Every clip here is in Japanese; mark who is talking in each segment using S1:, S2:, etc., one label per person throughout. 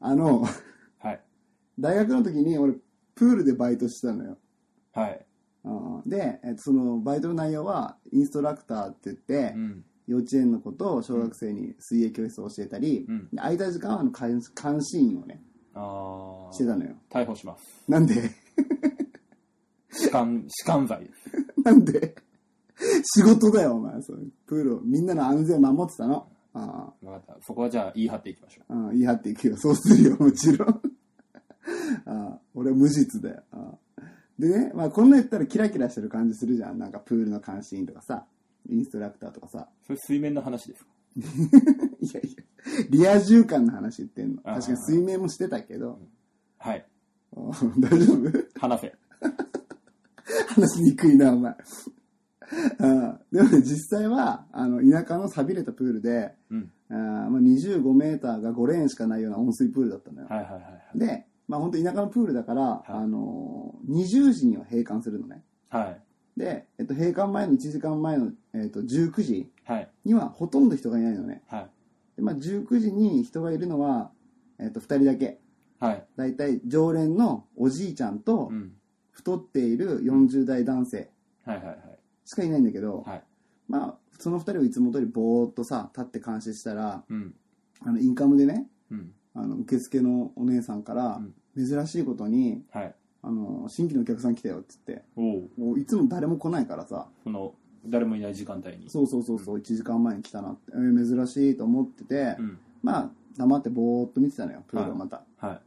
S1: あの、
S2: はい。
S1: 大学の時に俺、プールでバイトしてたのよ。
S2: はい。
S1: うんで、えっとそのバイトの内容は、インストラクターって言って、
S2: うん。
S1: 幼稚園の子と小学生に水泳教室を教えたり、
S2: うん
S1: で空いた時間はあの監監視員をね、
S2: あ
S1: して
S2: ー。
S1: たのよ。
S2: 逮捕します。
S1: なんで
S2: 痴漢、痴漢罪です。
S1: なんで仕事だよ、お前。そうプールを、みんなの安全を守ってたの。あ
S2: わかった。そこはじゃあ言い張っていきましょ
S1: あ、うん、言い張っていくよ。そうするよ、もちろん。 ああ、俺は無実だよ。ああでね、まあこんな言ったらキラキラしてる感じするじゃん。なんかプールの監視員とかさ、インストラクターとかさ。
S2: う。それ水面の話ですか
S1: いやいや、リア充感の話言ってんの。
S2: ああ
S1: 確かに水面もしてたけど。
S2: はい。
S1: ああ大丈夫
S2: 話せ。
S1: 話しにくいな、お前。ああでもね、実際は、あの、田舎の錆びれたプールで、
S2: うん。
S1: あーまあ、25メーターが5レーンしかないような温水プールだったのよ。
S2: はいはいはいはい。
S1: で、まあ本当田舎のプールだから、
S2: い
S1: あのー、20時には閉館するのね。
S2: はい。
S1: で、えっと、閉館前の1時間前の、えっと、19時
S2: はい。
S1: にはほとんど人がいないのね。
S2: はい。
S1: で、まあ19時に人がいるのは、えっと、2人だけ。
S2: はい。
S1: だいたい常連のおじいちゃんと
S2: うん。
S1: 太っている40代男性
S2: はいはいはい。
S1: しかいないんだけど、
S2: はい。
S1: まあその2人をいつも通りぼーっとさ、立って監視したら、
S2: うん。
S1: あの、インカムでね、
S2: うん。
S1: あの受付のお姉さんから、珍しいことに
S2: はい。
S1: あの新規のお客さん来たよって言って
S2: おお。
S1: もういつも誰も来ないからさ
S2: その、誰もいない時間帯に。
S1: そうそうそうそう1時間前に来たなって、えー珍しいと思ってて、
S2: うん。
S1: まあ黙ってぼーっと見てたのよプールをまた、
S2: は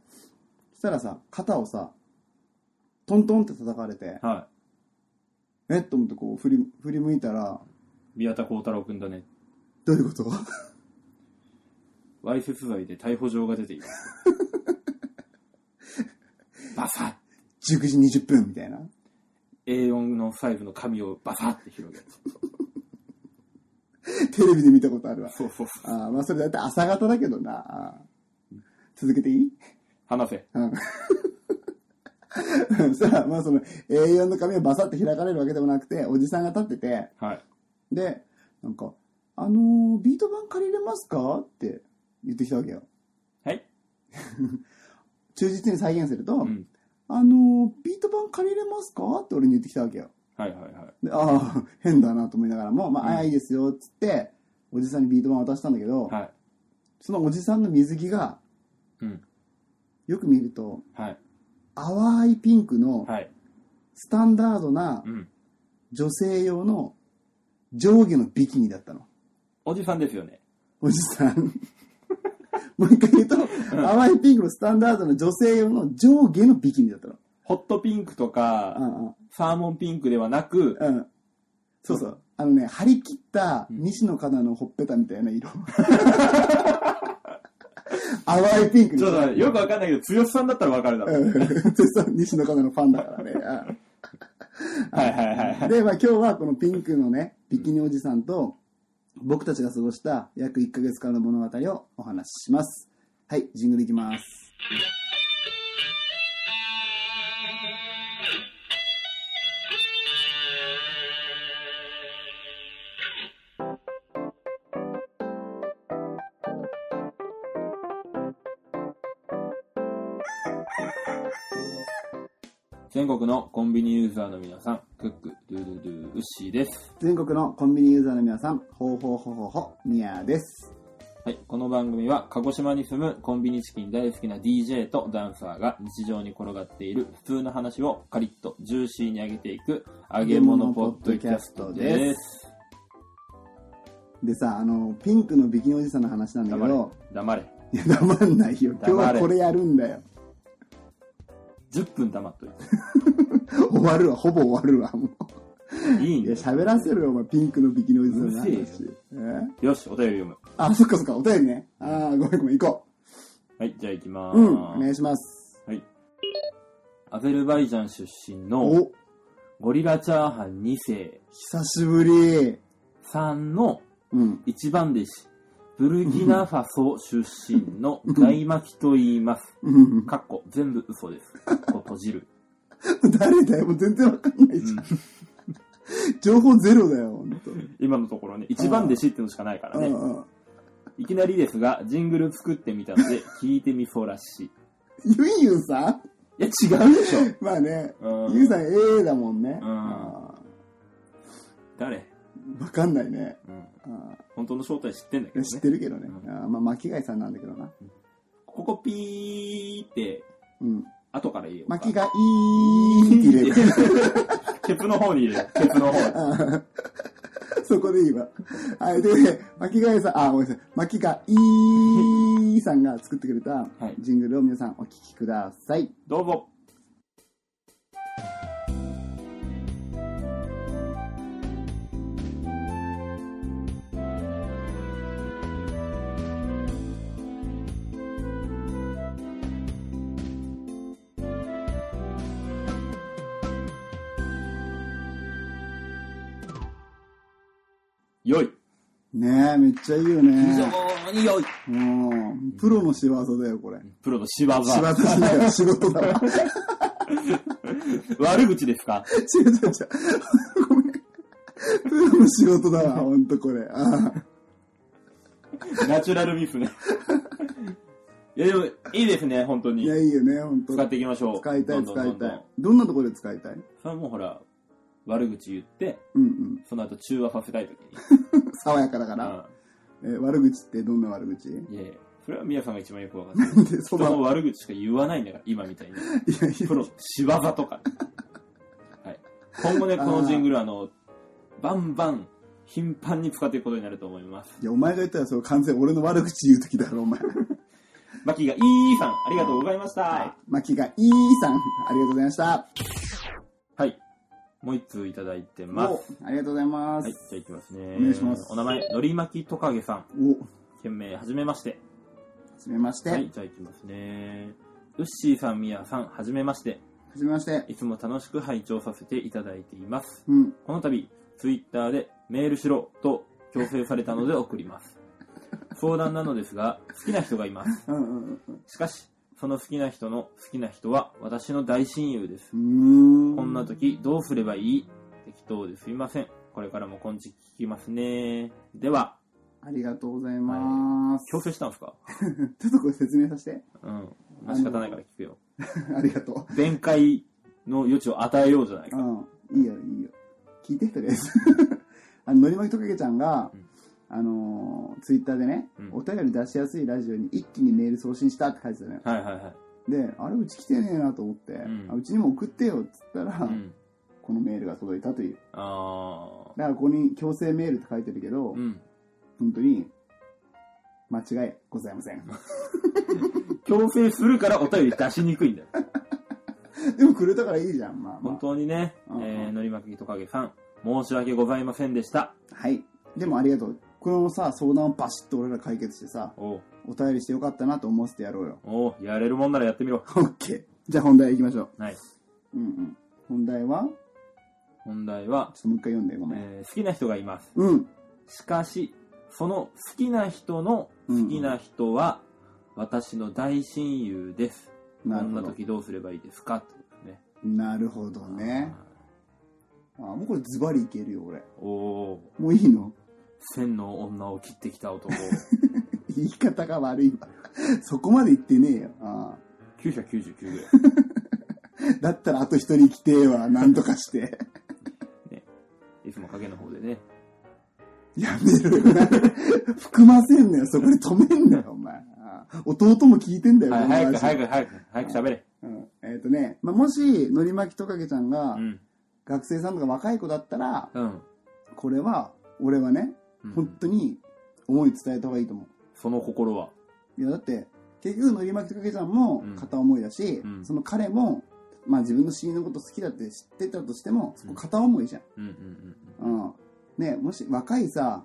S1: そしたらさ肩をさトントンって叩かれて
S2: い。は
S1: えっと思ってこう振り振り向いたら
S2: い。宮田幸太郎くんだね。
S1: どういうこと
S2: わいせつ罪で逮捕状が出ています。バサッ
S1: ?19 時20分みたいな
S2: A4 のサイズの紙をバサッて広げる。
S1: テレビで見たことあるわ
S2: そうそうそう。
S1: あーまあそれだって朝方だけどなあー続けていい
S2: 話せ。
S1: うんさあ、まあその A4 の紙がバサッと開かれるわけでもなくて、おじさんが立ってて、
S2: はい。
S1: で、なんか、あのービート板借りれますかって言ってきたわけよ。
S2: はい。
S1: 忠実に再現すると、
S2: うん。
S1: あのービート板借りれますかって俺に言ってきたわけよ。
S2: はいはいはい。
S1: で、ああ、変だなと思いながらも、まあ、
S2: うん
S1: ああ、いいですよ、っつって、おじさんにビート板渡したんだけど、
S2: はい。
S1: そのおじさんの水着が、
S2: うん。
S1: よく見ると、
S2: はい。
S1: 淡いピンクの、
S2: はい。
S1: スタンダードな
S2: うん。
S1: 女性用の上下のビキニだったの。
S2: おじさんですよね。
S1: おじさん。もう一回言うと、淡いピンクのスタンダードの女性用の上下のビキニだったの。
S2: ホットピンクと
S1: う
S2: か、
S1: んうん
S2: サーモンピンクではなく、
S1: うん。そうそう。あのね、張り切った西野カナのほっぺたみたいな色。淡いピンク
S2: ち
S1: に
S2: ょっとよくわかんないけど、剛さんだったらわかるだろう。
S1: うん そう西野カナのファンだからね。うん
S2: はいはいはいはい。
S1: で、まあ、今日はこのピンクのね、ビキニおじさんと、僕たちが過ごした約1ヶ月間の物語をお話しします。はい、ジングルいきます。
S2: 全国のコンビニユーザーの皆さん、クック、ドゥドゥドゥ、ウッシーです。
S1: 全国のコンビニユーザーの皆さん、ほうほうほうほうほ、みやです。
S2: はい、この番組は鹿児島に住むコンビニチキン大好きな DJ とダンサーが日常に転がっている普通の話をカリッとジューシーに上げていく揚げ物ポッドキャストです。
S1: でさ、あの、ピンクのビキニおじさんの話なんだけ
S2: 黙れ
S1: ど、。
S2: 黙れ。
S1: いや、黙んないよ。今日
S2: 黙
S1: は
S2: れ
S1: これやるんだよ。
S2: 10分黙っとい
S1: 終わるわ、ほぼ終わるわ、も
S2: て。いい
S1: うんいや、
S2: だよ。
S1: 喋らせろよ、お前、ピンクのビキニおじさんの
S2: う
S1: 話
S2: る。
S1: え
S2: よし、お便り読む。
S1: あ、そっかそっか、お便りね。あーごめんごめん、行こ
S2: はい、じゃあ行きまー
S1: う。
S2: す。
S1: うん、お願いします。
S2: はい。アゼルバイジャン出身の
S1: お、
S2: ゴリラチャーハン2世
S1: 久しぶり。
S2: さんの
S1: うん。
S2: 一番弟子、ブルキナファソ出身の大巻と言います。
S1: うん
S2: かっこ全部嘘です。かっこ閉じる。
S1: 誰だよ、もう全然わかんな
S2: う
S1: いじゃん。
S2: ん
S1: 情報ゼロだよ、ほんと。
S2: 今のところね、一番弟子っていうのしかないから
S1: う
S2: ね。
S1: んうん
S2: いきなりですが、ジングル作ってみ たので、聞いてみそうらしい。い
S1: ユンユンさん
S2: や、違うでしょ。
S1: まあね、
S2: うん
S1: ユンさん A だもんね。
S2: うん
S1: あ
S2: 誰
S1: ーわかんないね。
S2: うん。
S1: あ
S2: 本当の正体知ってんだけ
S1: ー
S2: ど
S1: 知っ
S2: ね。
S1: てるけどね。
S2: うん
S1: あーまあ、巻貝さんなんだけどな。
S2: ここピーって、
S1: うん。
S2: 後から言えようか。
S1: 巻貝って入れ る。
S2: ケツの方に入れる。ケツの方。
S1: あーそこでいいわ。はい、で、巻貝さん、あー、ごめんなさい。巻貝さんが作ってくれた
S2: はい
S1: ジングルを皆さんお聴きください。
S2: どうぞ。良い。
S1: ねえ、めっちゃいいよ
S2: 非
S1: ね。
S2: 常に良い。
S1: もう、プロの仕業だよ、これ。
S2: プロの仕業。
S1: 仕業じゃ ないよ、仕事だわ。
S2: 悪口ですか
S1: 違う違う違う。ごめん。プロの仕事だわ、ほんとこれ。あ
S2: ナチュラルミスね。いや、でも、いいですね、本当
S1: ーい
S2: に
S1: や、。いいよね、ほんと。
S2: 使っていきましょう。
S1: 使いた
S2: ど
S1: い、
S2: んどん
S1: 使い
S2: どんど
S1: た
S2: ん
S1: い。どんなところで使いたい
S2: それはもうほら、悪口言って、
S1: うんうん。
S2: その後中和させたいときに。
S1: 爽やかだから。えー悪口ってどんな悪口
S2: うんいやいや、それは宮さんが一番よくわかんない。
S1: で、そ
S2: 人
S1: ば。
S2: の悪口しか言わないんだから、今み たいに。
S1: いやいや
S2: プロ、仕業とか。はい。今後ね、このジングル、あの、バンバン、頻繁に使っていくことになると思います。
S1: いや、お前が言ったら、それ完全に俺の悪口言うときだろ、お前。
S2: マキがいいさん、ありがとうございました。
S1: は
S2: はいい。。
S1: マキがいいさん、ありがとうございました。
S2: もう一通いただいてます。
S1: おありがとうございま
S2: はい、
S1: す
S2: じ。ゃあ行きますね。
S1: お願いします
S2: お名前、のりまきトカゲさん。
S1: お、
S2: 件名、はじめまして。
S1: はじめまして。
S2: は
S1: はい
S2: い、じゃあ行きますね。ウッシーさん、みやさん、はじめまして。
S1: じめまして。
S2: いつも楽しく拝聴させていただいています。
S1: うん。
S2: この度、ツイッターでメールしろと強制されたので送ります。相談なのですが、好きな人がいます。
S1: うんうん
S2: しかし、その好きな人の好きな人は私の大親友です。
S1: うん。うーん。
S2: こんな時どうすればいい適当ですいません。これからも今時聞きますね。では、
S1: ありがとうございます。
S2: 強制したんですか
S1: ちょっとこれ説明させて。
S2: うん。まあ仕方ないから聞くよ。
S1: ありがとう。
S2: 弁解の余地を与えようじゃないか。
S1: うん。いいよ、いいよ。聞いて、とりあえず。 あの、のりまきとかけちゃんが、
S2: うん
S1: あのーツイッターでね、
S2: うん
S1: お便り出しやすいラジオに一気にメール送信したって書いてたのよ。
S2: はいはいはい。
S1: で、あれ、うち来てねえなと思って、
S2: ん
S1: あうちにも送ってよっつったら、
S2: うん。
S1: このメールが届いたという。
S2: あ
S1: だから、ここに強制メールって書いてるけど、
S2: ー。うん。
S1: 本当に、間違いございません。
S2: 強制するからお便り出しにくい んだよ。
S1: でもくれたからいいじゃん、まあ、まあ
S2: 本。当にね、
S1: うんうん
S2: えー、のりまきとかげさん、申し訳ございませんでした。
S1: はい。でもありがとう。このさ、相談をバシッと俺ら解決してさ、
S2: おう
S1: お便りしてよかったなと思わせてやろうよ。
S2: おうやれるもんならやってみろ。
S1: オッケー。じゃあ本題行きましょう。
S2: はい。
S1: うんうん。本題は
S2: 本題は
S1: ちょっ、ともう一回読んで、ごめん。
S2: えー好きな人がいます。
S1: うん。
S2: しかし、その好きな人の好きな人は、私の大親友です。こ
S1: なる
S2: ん
S1: ほ
S2: な
S1: ど。
S2: 時どうすればいいですかってことですね。
S1: なるほどね。あ、もうこれズバリいけるよ、俺。
S2: おおー
S1: もういいの
S2: 千の女を切ってきた男
S1: 言い方が悪いわ。 そこまで言ってねえよ。あ
S2: 999ぐらい
S1: ーだったらあと一人来てえわ、なんとかして。
S2: いつも影の方でね
S1: やめろよ。 含ませんなよ、そこで止めんなよ、お前。あー弟も聞いてんだよ、
S2: はい
S1: この
S2: 早
S1: 話
S2: く早く早く早く喋れ
S1: うんえっ、とね、まあ、もし、のりまきとかけちゃんが、
S2: うん
S1: 学生さんとか若い子だったら、
S2: うん
S1: これは、俺はね、
S2: うん
S1: 本当に思い伝えた方がいいと思
S2: その心は
S1: う。いや、だって、結局、のりまきとかけちゃんも
S2: うん
S1: 片思いだし、
S2: うん
S1: その彼も、まあ自分の親友のこと好きだって知ってたとしても、そこ片思いじゃん。
S2: うんうんうん
S1: うん。ね、もし若いさ、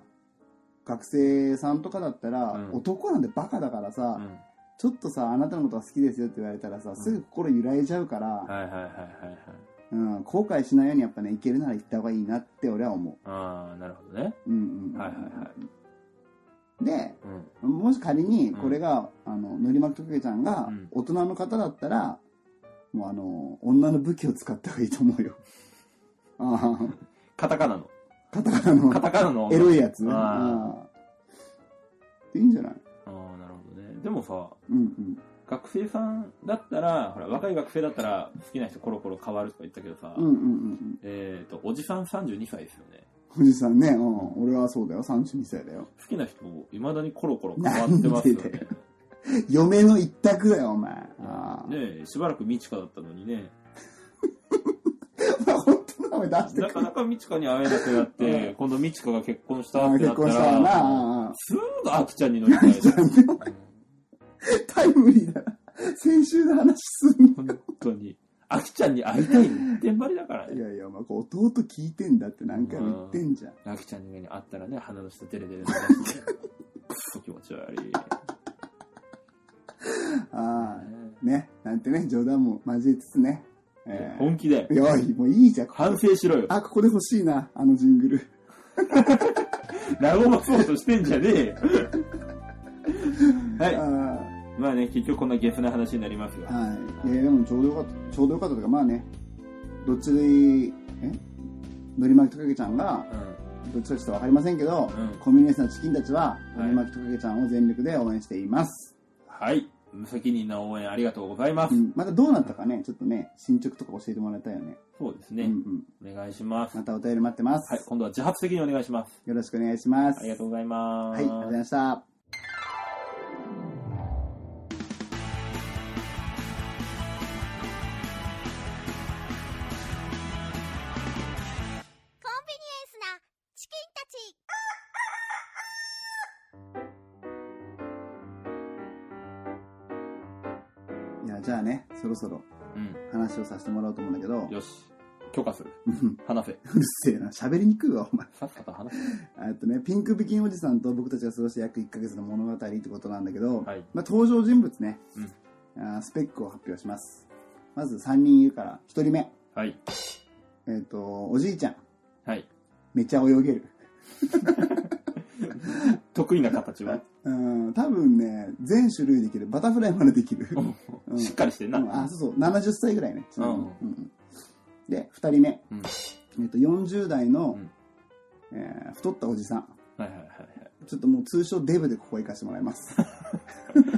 S1: 学生さんとかだったら、
S2: うん
S1: 男なんてバカだからさ、
S2: うん
S1: ちょっとさ、あなたのことは好きですよって言われたらさ、すぐ心揺らいじゃうから、
S2: はいはいはいはいはい
S1: うん、後悔しないようにやっぱね、行けるなら行った方がいいなって俺は思
S2: ああなるほどね
S1: う。うんうん。。
S2: はいはいはい
S1: で、
S2: うん
S1: もし仮にこれが、あの、のりまきとかけちゃんが
S2: うん
S1: 大人の方だったら、もうあの、女の武器を使った方がいいと思うよ。あ
S2: カタカナの
S1: あ、カタカナの
S2: カタカナの
S1: エロいやつ。
S2: あー
S1: ああっていいんじゃない
S2: ああ、なるほどね。でもさ、
S1: うんうん。
S2: 学生さんだったら、ほら、若い学生だったら、好きな人コロコロ変わるとか言ったけどさ、
S1: うんうんうん
S2: えっ、と、おじさん32歳ですよね。
S1: うん。おじさんね、うん。俺はそうだよ。32歳だよ。
S2: 好きな人、いまだにコロコロ変わってます よ
S1: なんで
S2: ね
S1: だ。嫁の一択だよ、お前。ああ。
S2: ねえしばらくミチカだったのにね、
S1: お前本当の名前出して
S2: な
S1: く
S2: か
S1: る。
S2: なかミチカに会えなくなって、今度ミチカが結婚した
S1: あ
S2: っ
S1: あ
S2: て
S1: 結
S2: なった
S1: 婚したらな。
S2: ら、
S1: ああああ
S2: すぐアキちゃんに乗り 換える。
S1: タイムリーだな。先週の話すんの。
S2: 本当に。アキちゃんに会いたいの。てんばりだから
S1: い
S2: ね。
S1: やいや、お前こう弟聞いてんだって何回も言ってんじゃん。
S2: アキちゃんに会ったらね、鼻の下デレデレ 流して。くっそ気持ち悪い。
S1: ああ。ね。なんてね、冗談も交えつつね。え
S2: 本気だよ
S1: え。。よい、もういいじゃん。
S2: 反省しろよ。
S1: あ、ここで欲しいな、あのジングル。
S2: 和まそうとしてんじゃねえ よ。はい。
S1: あ
S2: まあね、結局こんなゲフな話になります
S1: あ
S2: が。
S1: はい。えーでもちょうどよかった、ちょうどよかったというか、まあね、どっちで、えのり巻きトカゲちゃんが、
S2: うん。
S1: どっちかちょっとわかりませんけど、
S2: うん
S1: コミュニティのチキンたちは、
S2: い
S1: のり巻きトカゲちゃんを全力で応援しています。
S2: はい。無責任な応援ありがとうございます。
S1: うん。またどうなったかね、ちょっとね、進捗とか教えてもらいたいよね。
S2: そうです
S1: うんう
S2: ね。
S1: ん。
S2: お願いします。
S1: またお便り待ってます。
S2: はい。今度は自発的にお願いします。
S1: よろしくお願いします。
S2: ありがとう
S1: う
S2: ございま
S1: はい、あ
S2: す。
S1: りがとうございました。
S3: コンビニエンスなチキンたち
S1: いや、じゃあね、そろそろ
S2: うん。
S1: 話をさせてもらおうと思うんだけど、
S2: よし。許可する。
S1: うん
S2: 話せ。
S1: うるせえな、喋りにくいわ、お前。
S2: さっさと話せ。
S1: えっとね、ピンクビキンおじさんと僕たちが過ごした約1ヶ月の物語ってことなんだけど、
S2: はい
S1: まあ、登場人物ね、あースペックを発表します。まず3人いるから、1人目、
S2: はい。
S1: えっ、と、おじいちゃん、
S2: はい。
S1: めっちゃ泳げる。
S2: 得意な形 は
S1: うん、多分ね、全種類できる。バタフライまでできる。うん
S2: しっかりしてんな。
S1: うんあ、そうそう、70歳ぐらいね。ちなみに
S2: うん
S1: うんうんで、2人目、
S2: うん
S1: えっと、40代の、
S2: うん
S1: えー太ったおじさん。
S2: はいはいはい
S1: ちょっともう通称デブでここ行かせてもらいます。
S2: はい。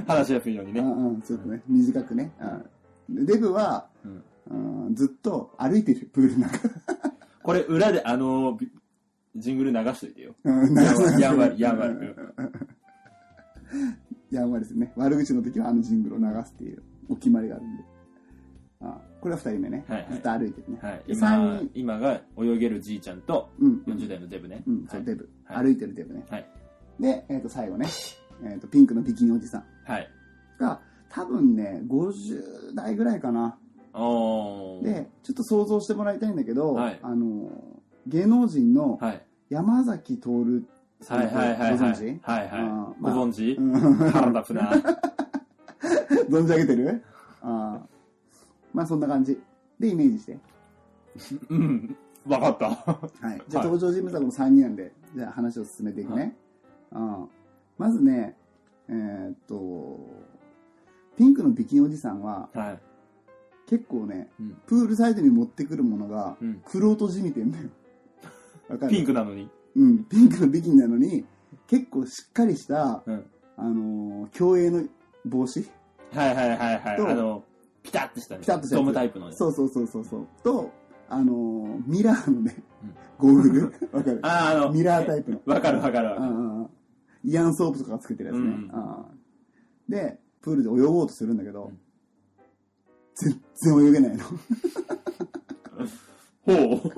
S2: 話しやすいように
S1: う
S2: ね。
S1: んうん、ちょっとね、短くね。うんでデブは、
S2: うん
S1: うんずっと歩いてる、プールの中。
S2: これ裏であのー、びジングル流しとい てよ。
S1: うん
S2: やんわりやんわりやんわり。
S1: うんやんわりですね。悪口の時はあのジングルを流すっていうお決まりがあるんで。あこれは2人目ね、
S2: はいはい
S1: ずっと歩いてるね。
S2: はい。
S1: で
S2: 今
S1: 三人、
S2: 今が泳げるじいちゃんと、
S1: うん、うん
S2: 40代のデブね。
S1: うん、
S2: は
S1: そう、
S2: い。
S1: デブ、
S2: はい
S1: 歩いてるデブね。
S2: はい。
S1: で、えっ、と、最後ね、えっ、と、ピンクのビキニおじさん
S2: はい。
S1: が、多分ね、50代ぐらいかな。
S2: おー。
S1: で、ちょっと想像してもらいたいんだけど、
S2: はい
S1: あの、芸能人の
S2: はい。
S1: 山崎徹さ
S2: は
S1: ん
S2: い
S1: って
S2: はいはいはい。
S1: ご存知
S2: はいはい
S1: あー。
S2: ご
S1: まあ
S2: 存知
S1: うん
S2: 腹立つな。
S1: 存じ上げてるああまあそんな感じでイメージして。
S2: うん。わかった。
S1: はい。じゃあ
S2: はい
S1: 登場人物はこの3人なんで、じゃあ話を進めていくね。ああまずね、えーっと、ピンクのビキンおじさんは
S2: はい。
S1: 結構ね、
S2: うん
S1: プールサイドに持ってくるものが
S2: うん、
S1: くろとじみてんだよ。わかる
S2: ピンクなのに。
S1: うん、ピンクのビキニなのに、結構しっかりした、
S2: うん
S1: あのー競泳の帽子
S2: はいはいはいはい。
S1: と
S2: あの、ピタッとしたね。
S1: ピタッとしたやつ
S2: ドームタイプのね。
S1: そうそうそうそうそう。と、あのーミラーのね
S2: うん、
S1: ゴーグ ル。わかる
S2: あーあの、
S1: ミラータイプの。
S2: わかるわかるわ
S1: う
S2: かる。
S1: んうんうんイアンソープとかがつけてるやつね。
S2: うん
S1: あーで、プールで泳ごうとするんだけど、
S2: うん
S1: 全然泳げ ないの。
S2: ほう。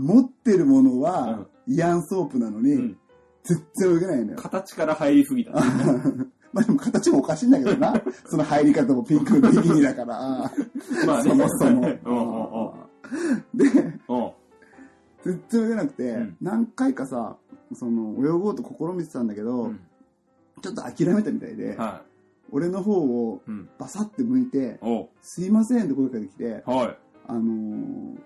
S1: 持ってるものは、イアンソープなのに、
S2: うん
S1: 全然泳げないのよ。
S2: 形から入りすぎ た。
S1: まあでも形もおかしいんだけどな。その入り方もピンクのビキニだから。
S2: まあね。
S1: そもそ
S2: うんうんうん
S1: も。で、
S2: うん。
S1: 全然泳げなくて、
S2: うん
S1: 何回かさ、その、泳ごうと試みてたんだけど、
S2: うん
S1: ちょっと諦めたみたいで、
S2: は
S1: 俺の方を
S2: い。うん。
S1: バサって向いて、
S2: おう
S1: すいませんって声かけてきて、
S2: は
S1: あのー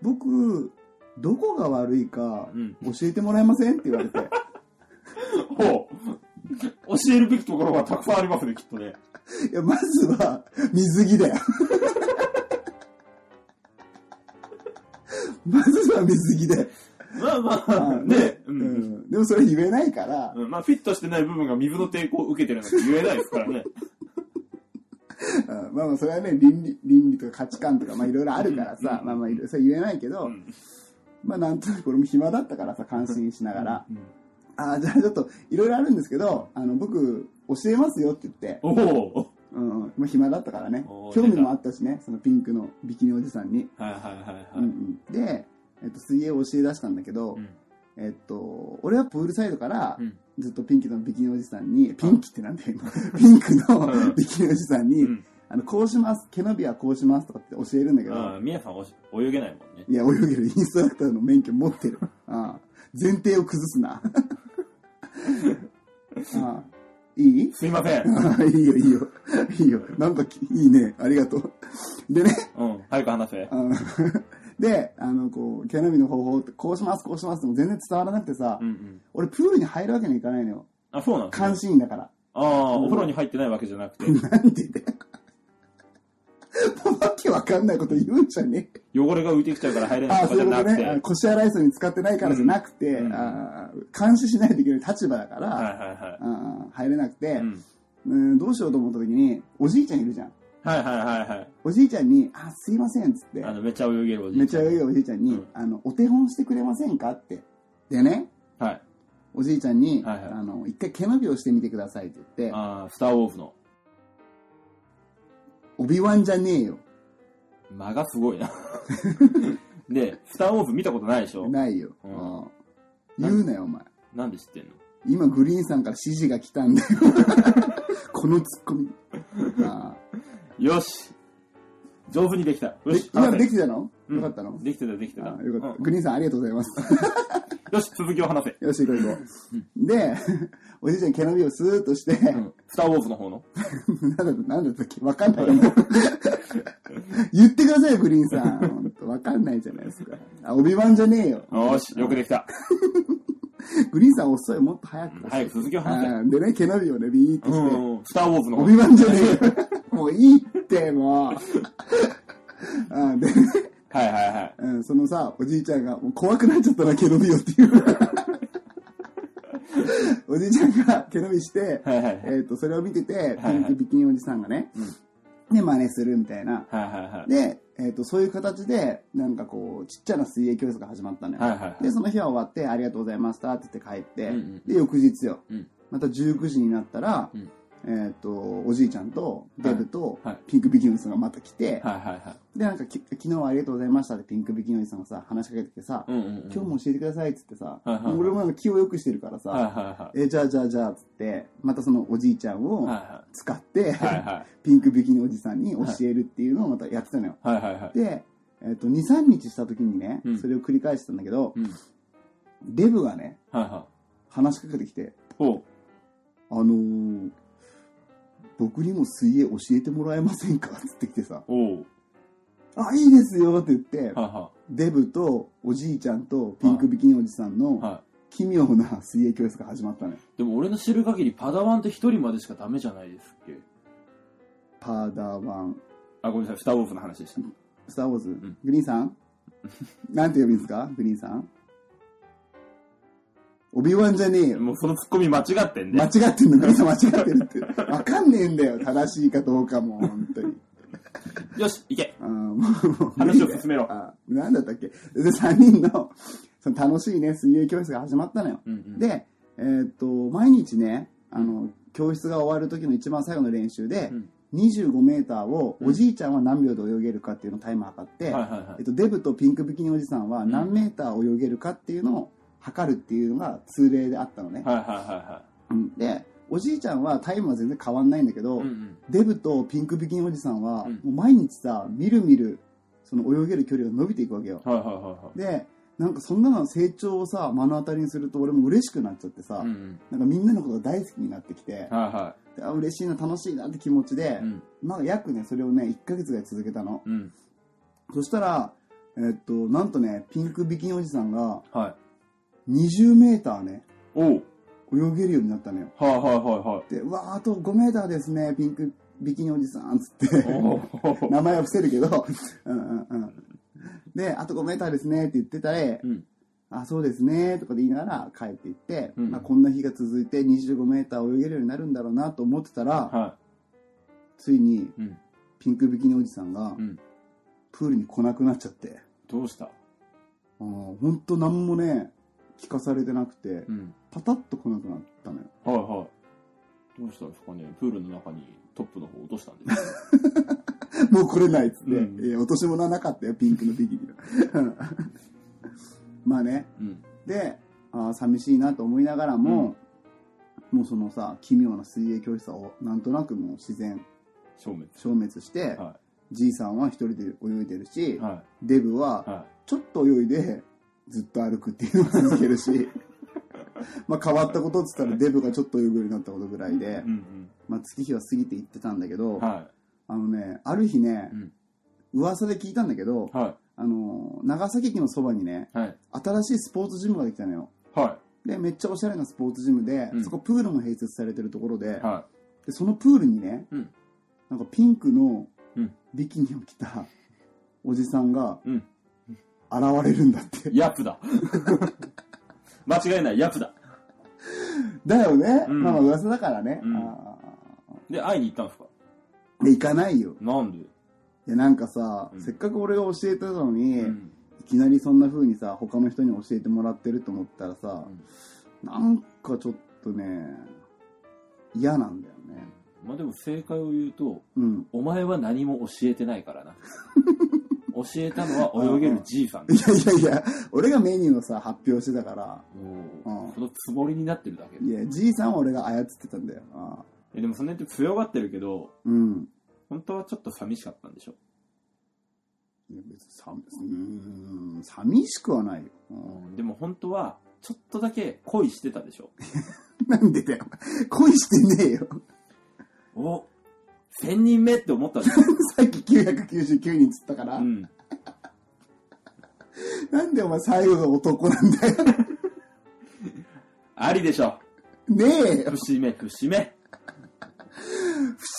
S1: 僕、どこが悪いか
S2: い。うん。
S1: 教えてもらえませんって言われ て、
S2: ほう。教えるべきところがたくさんありますね、きっとね。
S1: いや、まずは、水着だ よ。 まずは水着で。
S2: まあまあ、
S1: うん
S2: ね、う
S1: うんんでもそれ言えないから、
S2: うんまあ、フィットしてない部分が水の抵抗を受けてるなんて言えないですからね。
S1: うんまあまあそれはね倫理倫理とか価値観とかまあいろいろあるからさ
S2: うん
S1: まあまあいろいろそれ言えないけど、
S2: うん
S1: まあなんとなく俺も暇だったからさ感心しながら、
S2: うん
S1: ああじゃあちょっといろいろあるんですけどあの僕教えますよって言って、
S2: おお
S1: うんうんまあ、暇だったからね
S2: おー
S1: 興味もあったしねそのピンクのビキニおじさんに、
S2: はいはいはい
S1: うん
S2: はい。
S1: うん、で、えっと、水泳を教え出したんだけど、
S2: うん
S1: えっと、俺はプールサイドから
S2: うん
S1: ずっとピンキのビキニおじさんに、ピンキってなんだよ、今。ピンク
S2: うん
S1: のビキニおじさんに、
S2: うん
S1: あの、こうします、毛伸びはこうしますとかって教えるんだけど、
S2: ああ、皆さんおし泳げないもんね。
S1: いや、泳げるインストラクターの免許持ってる。ああ前提を崩すな。ああい い
S2: すいません。
S1: ああいいよ、いいよ。いいよ。なんかき、いいね。ありがとう。でね、
S2: うん、早く話せ。
S1: あの で、あの、こう、毛伸びの方法って、こうします、こうしますっても全然伝わらなくてさ、
S2: うんうん。
S1: 俺プールに入るわけにはいかないのよ。
S2: あ、そうなんですね
S1: 監視員だから。
S2: ああ、お風呂に入ってないわけじゃなくて、
S1: なんでだよ。わけわかんないこと言うんじゃねえ。
S2: 汚れが浮いてきちゃうから入れない
S1: あ
S2: と
S1: あ、
S2: か
S1: そう
S2: じ
S1: い
S2: ゃ
S1: うこと
S2: なくて。
S1: ね。あの腰洗いそうに使ってないからじゃなくて、
S2: うんうん
S1: ああ監視しないといけない立場だから、
S2: はいはいは
S1: ああ入れなくて、
S2: い。う
S1: うん
S2: ん
S1: どうしようと思った時に、おじいちゃんいるじゃん。
S2: はいはいはいはい。
S1: おじいちゃんに、あ、すいませんっつって
S2: あ、の、めちゃ泳げるおじい
S1: めちゃ
S2: ゃん
S1: 良いおじいちゃんに、
S2: うん
S1: あの、お手本してくれませんかって。でね、
S2: はい。
S1: おじいちゃんに、
S2: はいはい
S1: あの、一回毛伸びをしてみてくださいって言って、
S2: ああ、スターウォーズの。
S1: オビワンじゃねえよ。
S2: 間がすごい な。で、スターウォーズ見たことないでしょ
S1: ないよ。う
S2: う
S1: ん言うなよ、お前。
S2: なんで知ってんの
S1: 今、グリーンさんから指示が来た んだよ。このツッコミ。あ
S2: よし上手にできた。
S1: ー
S2: よし
S1: で今
S2: 話せ
S1: できてたの、
S2: うん
S1: よかったの
S2: できてたできてた。
S1: あーよかった、
S2: うん
S1: グリーンさんありがとうござい ます。
S2: よし、続きを話せ。
S1: よし、行こう行こう。で、 おじいちゃん毛伸びをスーッとして、
S2: うんスターウォーズの方の。
S1: なんだなんだったっけわかんないよ。 言ってくださいよ、グリーンさん。ほんとわかんないじゃないですか。あ、帯番じゃねえよ。
S2: よし、よくできた。
S1: グリーンさん遅い、もっと早く。
S2: 早く続きを話せ。
S1: あーでね、毛伸びをね、ビーって
S2: う
S1: して、
S2: んうん、スターウォーズの方
S1: 帯番じゃね えよ。もういいって、もう。あで、
S2: はいはいはい。
S1: うん、そのさ、おじいちゃんが、もう怖くなっちゃったな、毛伸びよって いう。おじいちゃんが毛伸びして、
S2: はいはいはい。
S1: えっと、それを見てて、ピ
S2: はい
S1: ンクビキニおじさんがね、で、真似するみたいな。
S2: はいはいはい。
S1: で、えー、とそういう形でなんかこうちっちゃな水泳教室が始まったのよ、
S2: はいはいはい
S1: でその日は終わって「ありがとうございました」って言って帰って、
S2: うんうん
S1: で翌日よ、
S2: うん
S1: また19時になったら、
S2: うん
S1: えっとおじいちゃんとデブと
S2: はいはい
S1: ピンクビキニの人がまた来て、
S2: はいはいはい。
S1: でなんかき「昨日はありがとうございました」ってピンクビキニの人がさ話しかけてきてさ、
S2: うんうんうん。
S1: 今日も教えてください」っつってさ、
S2: はいはいはい
S1: 俺もなんか気を良くしてるからさ「
S2: はいはいはい。
S1: えじゃあじゃあじゃあ」っつってまたそのおじいちゃんを
S2: は
S1: 使って、
S2: いはい。はいは
S1: ピンクビキニおじさんに教えるっていうのをまたやってたのよ、
S2: い。はいはいはい。
S1: で、えっと23日した時にね、
S2: うん
S1: それを繰り返してたんだけど、
S2: うん。はい
S1: デブがね
S2: は
S1: 話しかけてきて
S2: い。おう
S1: 「あのー僕にも水泳教えてもらえませんか?」って言ってきてさ
S2: おう
S1: 「あいいですよ」って言って、
S2: はいは
S1: デブとおじいちゃんとピンクビキニおじさん
S2: い。
S1: の
S2: は
S1: 奇妙な水泳教室が始まったのよ
S2: い。でも俺の知る限りパダワンって一人までしかダメじゃないですっけ
S1: パーダーワン
S2: あ、ごめんなさい。スターウォーズの話でした。
S1: スター・ウォーズ、
S2: ん
S1: グリーンさんなんて呼びますかグリーンさんオビワンじゃねえよ
S2: もうそのツッコミ間違ってん
S1: 間
S2: ね。
S1: 違ってんの、グリーンさん間違ってるって。わかんねえんだよ、正しいかどうかも、本当に。
S2: よし、行け
S1: あーもうもう
S2: 話を進めろ
S1: あーなんだったっけで、3人の、その楽しいね、水泳教室が始まったのよ。
S2: うんうん。
S1: で、えーっと、毎日ね、あの、教室が終わる時の一番最後の練習で
S2: う、ん
S1: 25メーターをおじいちゃんは何秒で泳げるかっていうのをタイム測って、
S2: はいはいは
S1: えっと、デブとピンクビキニおじさんは何メーター泳げるかっていうのを測るっていうのが通例であったのね
S2: い。。はいはいは
S1: うんでおじいちゃんはタイムは全然変わんないんだけど、
S2: いはい。うんうん。
S1: デブとピンクビキニおじさんは、
S2: うん
S1: もう毎日さみるみるその泳げる距離が伸びていくわけよ
S2: はいはいは
S1: でなんかそんなの成長をさ目の当たりにすると俺も嬉しくなっちゃってさ、
S2: いはい。うん
S1: なんかみんなのことが大好きになってきて、
S2: うん。はいは
S1: であ嬉しいな楽しいなって気持ちで
S2: い。う、ん
S1: まあ約ねそれをね1ヶ月ぐらい続けたの
S2: うん。
S1: そしたらえっとなんとねピンクビキニおじさんが
S2: はい。
S1: 20メーターね
S2: おう
S1: 泳げるようになったのよ
S2: はいはいは
S1: で、うわあ、あと5メーターですね、ピンクビキニおじさん、つって
S2: いはい。。おう
S1: 名前は伏せるけど、うんうんうん。で、あと5メーターですね、って言ってたら、
S2: うん
S1: あ、そうですね、とかで言いながら帰っていって、
S2: うん
S1: まあ、こんな日が続いて25メーター泳げるようになるんだろうなと思ってたら、
S2: は
S1: ついに
S2: い。うん。
S1: ピンクビキニおじさんが
S2: うん。
S1: プールに来なくなっちゃって、
S2: どうした
S1: あーほんとなんもね、聞かされてなくて
S2: う、ん。
S1: パタッと来なくなったのよ。
S2: はいはい。どうしたんですかねプールの中にトップの方落としたんですか
S1: もう来れないっつって、
S2: うん
S1: えー落とし物はなかったよ、ピンクのビキニの。 まあね、
S2: うん。
S1: で、あー寂しいなと思いながらも、もうそのさ、奇妙な水泳教室をなんとなくもう自然
S2: 消滅。
S1: 消滅して、
S2: は
S1: じいさんは一人で泳いでるし、
S2: は
S1: デブ
S2: い。
S1: は
S2: は
S1: ちょっと泳いでずっと歩くっていうのを続ける し、まあ変わったことっつったらデブがちょっと泳ぐようになったことぐらい
S2: い。
S1: で
S2: う、ん
S1: まあ月日は過ぎていってたんだけど、
S2: うん。は
S1: あのね、ある日ね
S2: い。う、ん。
S1: 噂で聞いたんだけど、
S2: は
S1: あの、長崎駅のそばにね、
S2: い。はい。
S1: 新しいスポーツジムができたのよ。
S2: は
S1: で、めっちゃおしゃれなスポーツジムで、
S2: うん
S1: そこプールも併設されてるところで、
S2: い。は
S1: でそのプールにね、
S2: うん
S1: なんかピンクの
S2: うん
S1: ビキニを着たおじさんが
S2: い。うん。
S1: 現れるんだって。
S2: ヤプだ。 間違いない、ヤプだ。
S1: だよね、
S2: うん
S1: まあまあ噂だからね。
S2: うん
S1: あ
S2: で、会いに行ったんですか
S1: ーで行かないよ。
S2: なんで
S1: いやなんかさ、
S2: うん
S1: せっかく俺が教えてたのに、
S2: うん。
S1: いきなりそんな風にさ、他の人に教えてもらってると思ったらさ、なんかちょっとね、嫌なんだよね。
S2: まあでも正解を言うと、
S1: うん。
S2: お前は何も教えてないからな。教えたのは泳げるじいさんだ
S1: いやいやいや、俺がメニューをさ、発表してたから、
S2: も
S1: うん
S2: う、このつもりになってるだけ
S1: いや、じいさんは俺が操ってたんだよ。あ
S2: えでもその辺って強がってるけど、
S1: ーうん。
S2: 本当はちょっと寂しかったんでしょ。
S1: いや別にさうーん寂しくはないよ。うん
S2: でも本当は、ちょっとだけ恋してたでしょ。
S1: なんでだよ。恋してねえよ。
S2: お千人目って思った でしょ。
S1: さっき999人つったから、
S2: うん。
S1: なんでお前最後の男なんだよ。
S2: ありでしょ。
S1: ねえよ。
S2: 節目、節目。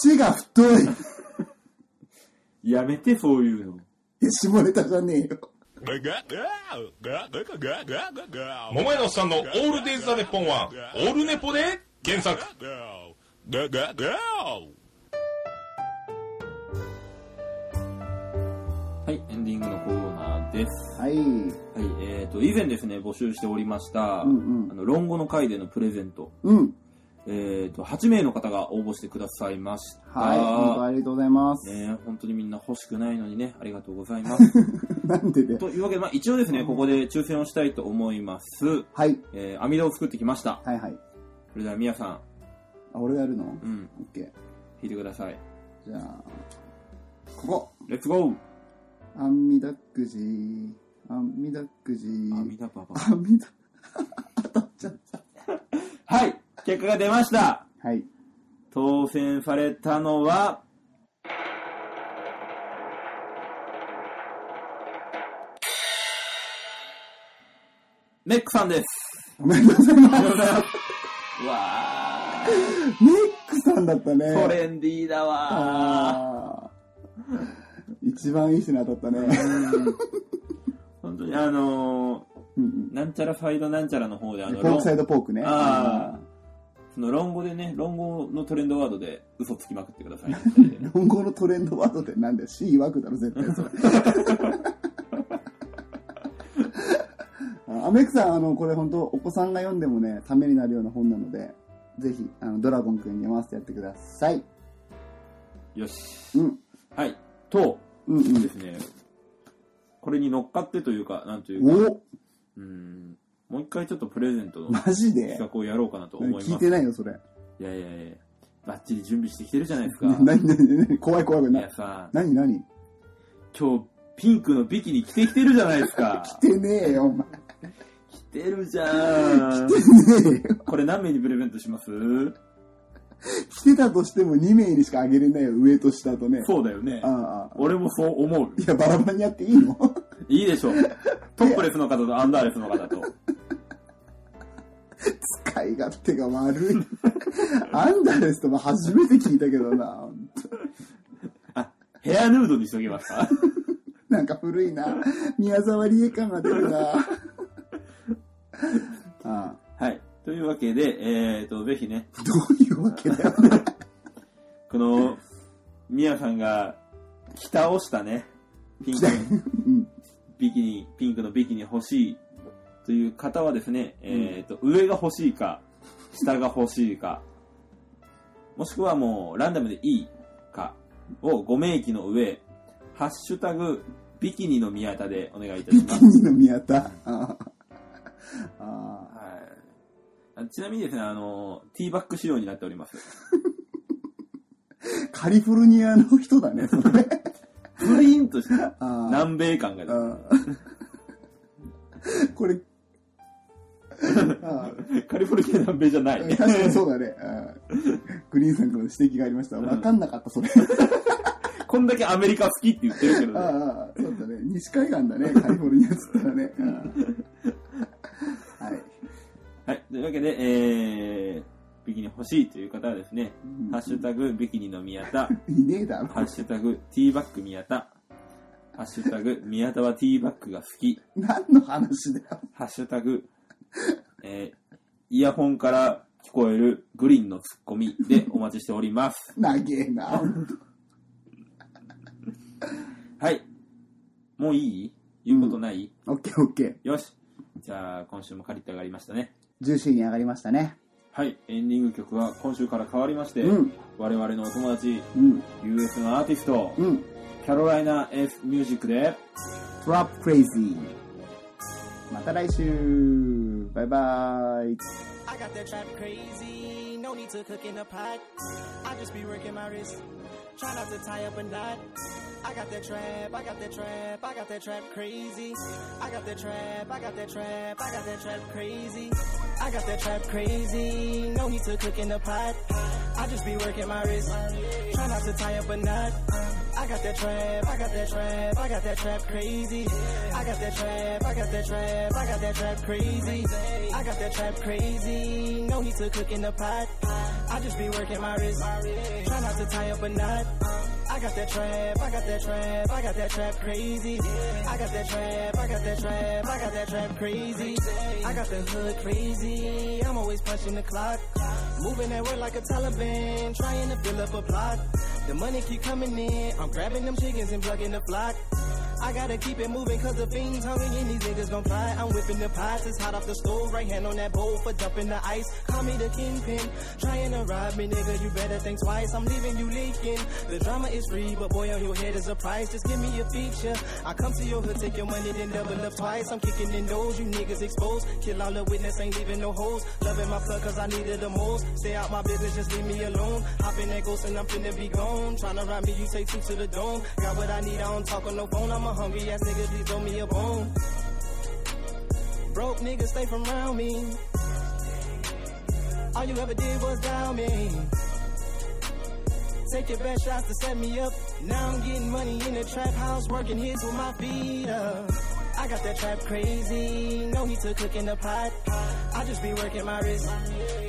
S1: 節が太い。い
S2: やめて、そういうの。
S1: や下ネタじゃねえよ。
S4: 桃井のおっさんのオールデイズ・ザ・ネッポンは、オールネポで原作。
S2: はい、エンディングのコーナーです。
S1: はい。う
S2: はい、えーと、以前ですね、募集しておりました、
S1: ん
S2: あの、論語の回でのプレゼント。
S1: うん。うん。
S2: えーと、8名の方が応募してくださいました。
S1: はい。本当ありがとうございます。
S2: ねえ本当にみんな欲しくないのにね、ありがとうござい ます。
S1: なんでだよ。
S2: というわけで、まあ、一応ですね、ここで抽選をしたいと思います。
S1: はい。
S2: えー、網戸を作ってきました。
S1: はいはい。
S2: それでは、皆さ
S1: あ、俺がやるの
S2: ん、うん、
S1: オッケー。
S2: 引いてください。
S1: じゃあ、ここ。
S2: レッツゴー
S1: あんみだくじ、あんみだくじ、
S2: 網戸ババ。
S1: あんみだ、
S2: はい結果が出ました
S1: はい。
S2: 当選されたのは、メックさんです。
S1: おめでとうございます。
S2: うわ
S1: メックさんだったね。
S2: ー、トレンディーだわ
S1: あー一番いい人に当たったね。
S2: ー。うん本当にあの
S1: うんうん
S2: ー、なんちゃらサイドなんちゃらの方であ
S1: ポ
S2: の、
S1: ー
S2: 論
S1: クサイドポークね。
S2: あその論語でね、論語のトレンドワードで嘘つきまくってくださいって言って
S1: うん論語のトレンドワードってなんだよ。C 曰くだろ、 絶対それ。あアメックさん、あの、これ本当お子さんが読んでもね、ためになるような本なので、ぜひ、あの、ドラゴンくんに読ませてやってください。
S2: よし。
S1: うん。
S2: はい。と、
S1: うんう
S2: で
S1: ん。
S2: すね、これに乗っかってというか、なんというか、
S1: お
S2: うん、もう一回ちょっとプレゼントの
S1: マジで
S2: 企画をやろうかなと思い
S1: 聞
S2: ま
S1: い
S2: す。
S1: てないよ、それ。
S2: いやいやいや、バッチリ準備してきてるじゃ ないですか。
S1: 何、何、何、怖い怖い怖い。
S2: い
S1: な
S2: やさ、
S1: 何、何
S2: 今日、ピンクのビキニ着てきてるじゃないです か。
S1: 来てねえよ、お前。
S2: 着てるじゃん。
S1: 来てねえよ。
S2: これ何名にプレゼントします
S1: 来てたとしても2名にしかあげれないよ、上と下とね。
S2: そうだよね
S1: あ。あああ
S2: 俺もそう思う。
S1: いや、バラバラにやっていいの
S2: いいでしょう。トップレスの方とアンダーレスの方と。
S1: 使い勝手が悪い。アンダーレスとも初めて聞いたけどな。
S2: あ、ヘアヌードにしとき ますか
S1: なんか古いな。宮沢りえ感が出るな。あ
S2: はい。というわけで、えーと、ぜひね、
S1: あどういうわけだよね。
S2: この、ミヤさんが、着倒したね、ピン クの
S1: うん。
S2: ビキニ、ピンクのビキニ欲しいという方はですね、えーと、上が欲しいか、下が欲しいか、 もしくはもう、ランダムでいいかをご明記の上、ハッシュタグ、ビキニの宮田でお願いいたします。
S1: 君の宮田。あああ
S2: はい。ちなみにですね、あの、ティーバック仕様になっております。
S1: あ。カリフォルニアの人だね、それ。
S2: プリンとした
S1: ああ。
S2: 南米感がですね
S1: ああこれ、あ
S2: カリフォルニア南米じゃな
S1: あ
S2: いね
S1: 確。かにそうだね。ああグリーンさんからの指摘がありました。
S2: うん
S1: わかんなかった、それ。
S2: こんだけアメリカ好きって言ってるけど
S1: ああ
S2: ね。
S1: ああ、そうだね。西海岸だ ね、カリフォルニアっつったらね。ああはい。
S2: はい。というわけで、えー、ビキニ欲しいという方はですね、ハッシュタグビキニの宮 田、
S1: いねえだろ。
S2: ハッシュタグティーバック宮田、ハッシュタグ宮田はティーバックが好き、
S1: 何の話だよ。
S2: ハッシュタグ、えー、イヤホンから聞こえるグリーンのツッコミでお待ちしております。
S1: 長えな。
S2: はい。もういい言うことない、
S1: オッケーオッケー。
S2: よし。じゃあ、今週もカリッと上がりましたね。
S1: ジューシーに上がりましたね。
S2: はい、エンディング曲は今週から変わりまして、
S1: うん
S2: 我々のお友達、
S1: うん。
S2: US のアーティスト、
S1: うん。
S2: キャロライナ F ミュージックで、
S1: トラップクレイジー。また来週。バイバイ。
S5: I got that trap crazy, no need to cook in the pot. I just be working my wrist, try not to tie up a knot. I got that trap, I got that trap, I got that trap crazy. I got that trap, I got that trap, I got that trap crazy. I got that trap crazy, no need to cook in the pot. I just be working my wrist, try not to tie up a knot. I got that trap, I got that trap, I got that trap crazy. I got that trap, I got that trap, I got that trap crazy. I got that trap crazy. No need to cook in the pot. I just be working my wrist. Try not to tie up a knot. I got that trap, I got that trap, I got that trap crazy. I got that trap, I got that trap, I got that trap crazy. I got the hood crazy. I'm always punching the clock. Moving at work like a Taliban, trying to fill up a block. The money keep coming in. I'm grabbing them chickens and plugging the block. I gotta keep it moving cause the fiends hungry and these niggas gon' fly. I'm whipping the pies, it's hot off the stove, right hand on that bowl for dumping the ice. Call me the kingpin, trying to rob me, nigga, you better think twice. I'm leaving you leaking. The drama is free, but boy, on your head is a price. Just give me a feature. I come to your hood, take your money, then double up twice. I'm kicking in those, you niggas exposed. Kill all the witness, ain't leaving no holes. Loving my plug cause I needed the most. Stay out my business, just leave me alone. Hop in that ghost and I'm finna be gone. Tryna rob me, you say two to the dome. Got what I need, I don't talk on no phone. I'm a hungry ass nigga, please throw me a bone. Broke niggas stay from around me. All you ever did was down me. Take your best shots to set me up. Now I'm getting money in the trap house, working hits with my feet up. I got that trap crazy, no need to cook in the pot. I just be working my wrist,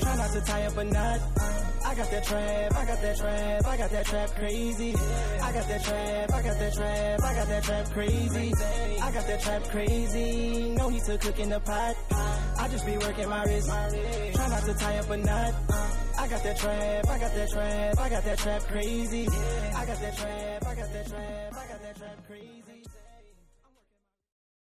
S5: try not to tie up a knot. I got that trap, I got that trap, I got that trap crazy. I got that trap, I got that trap, I got that trap crazy. I got that trap crazy, no need to cook in the pot. I just be working my wrist, try not to tie up a knot. I got that trap, I got that trap, I got that trap crazy. I got that trap, I got that trap.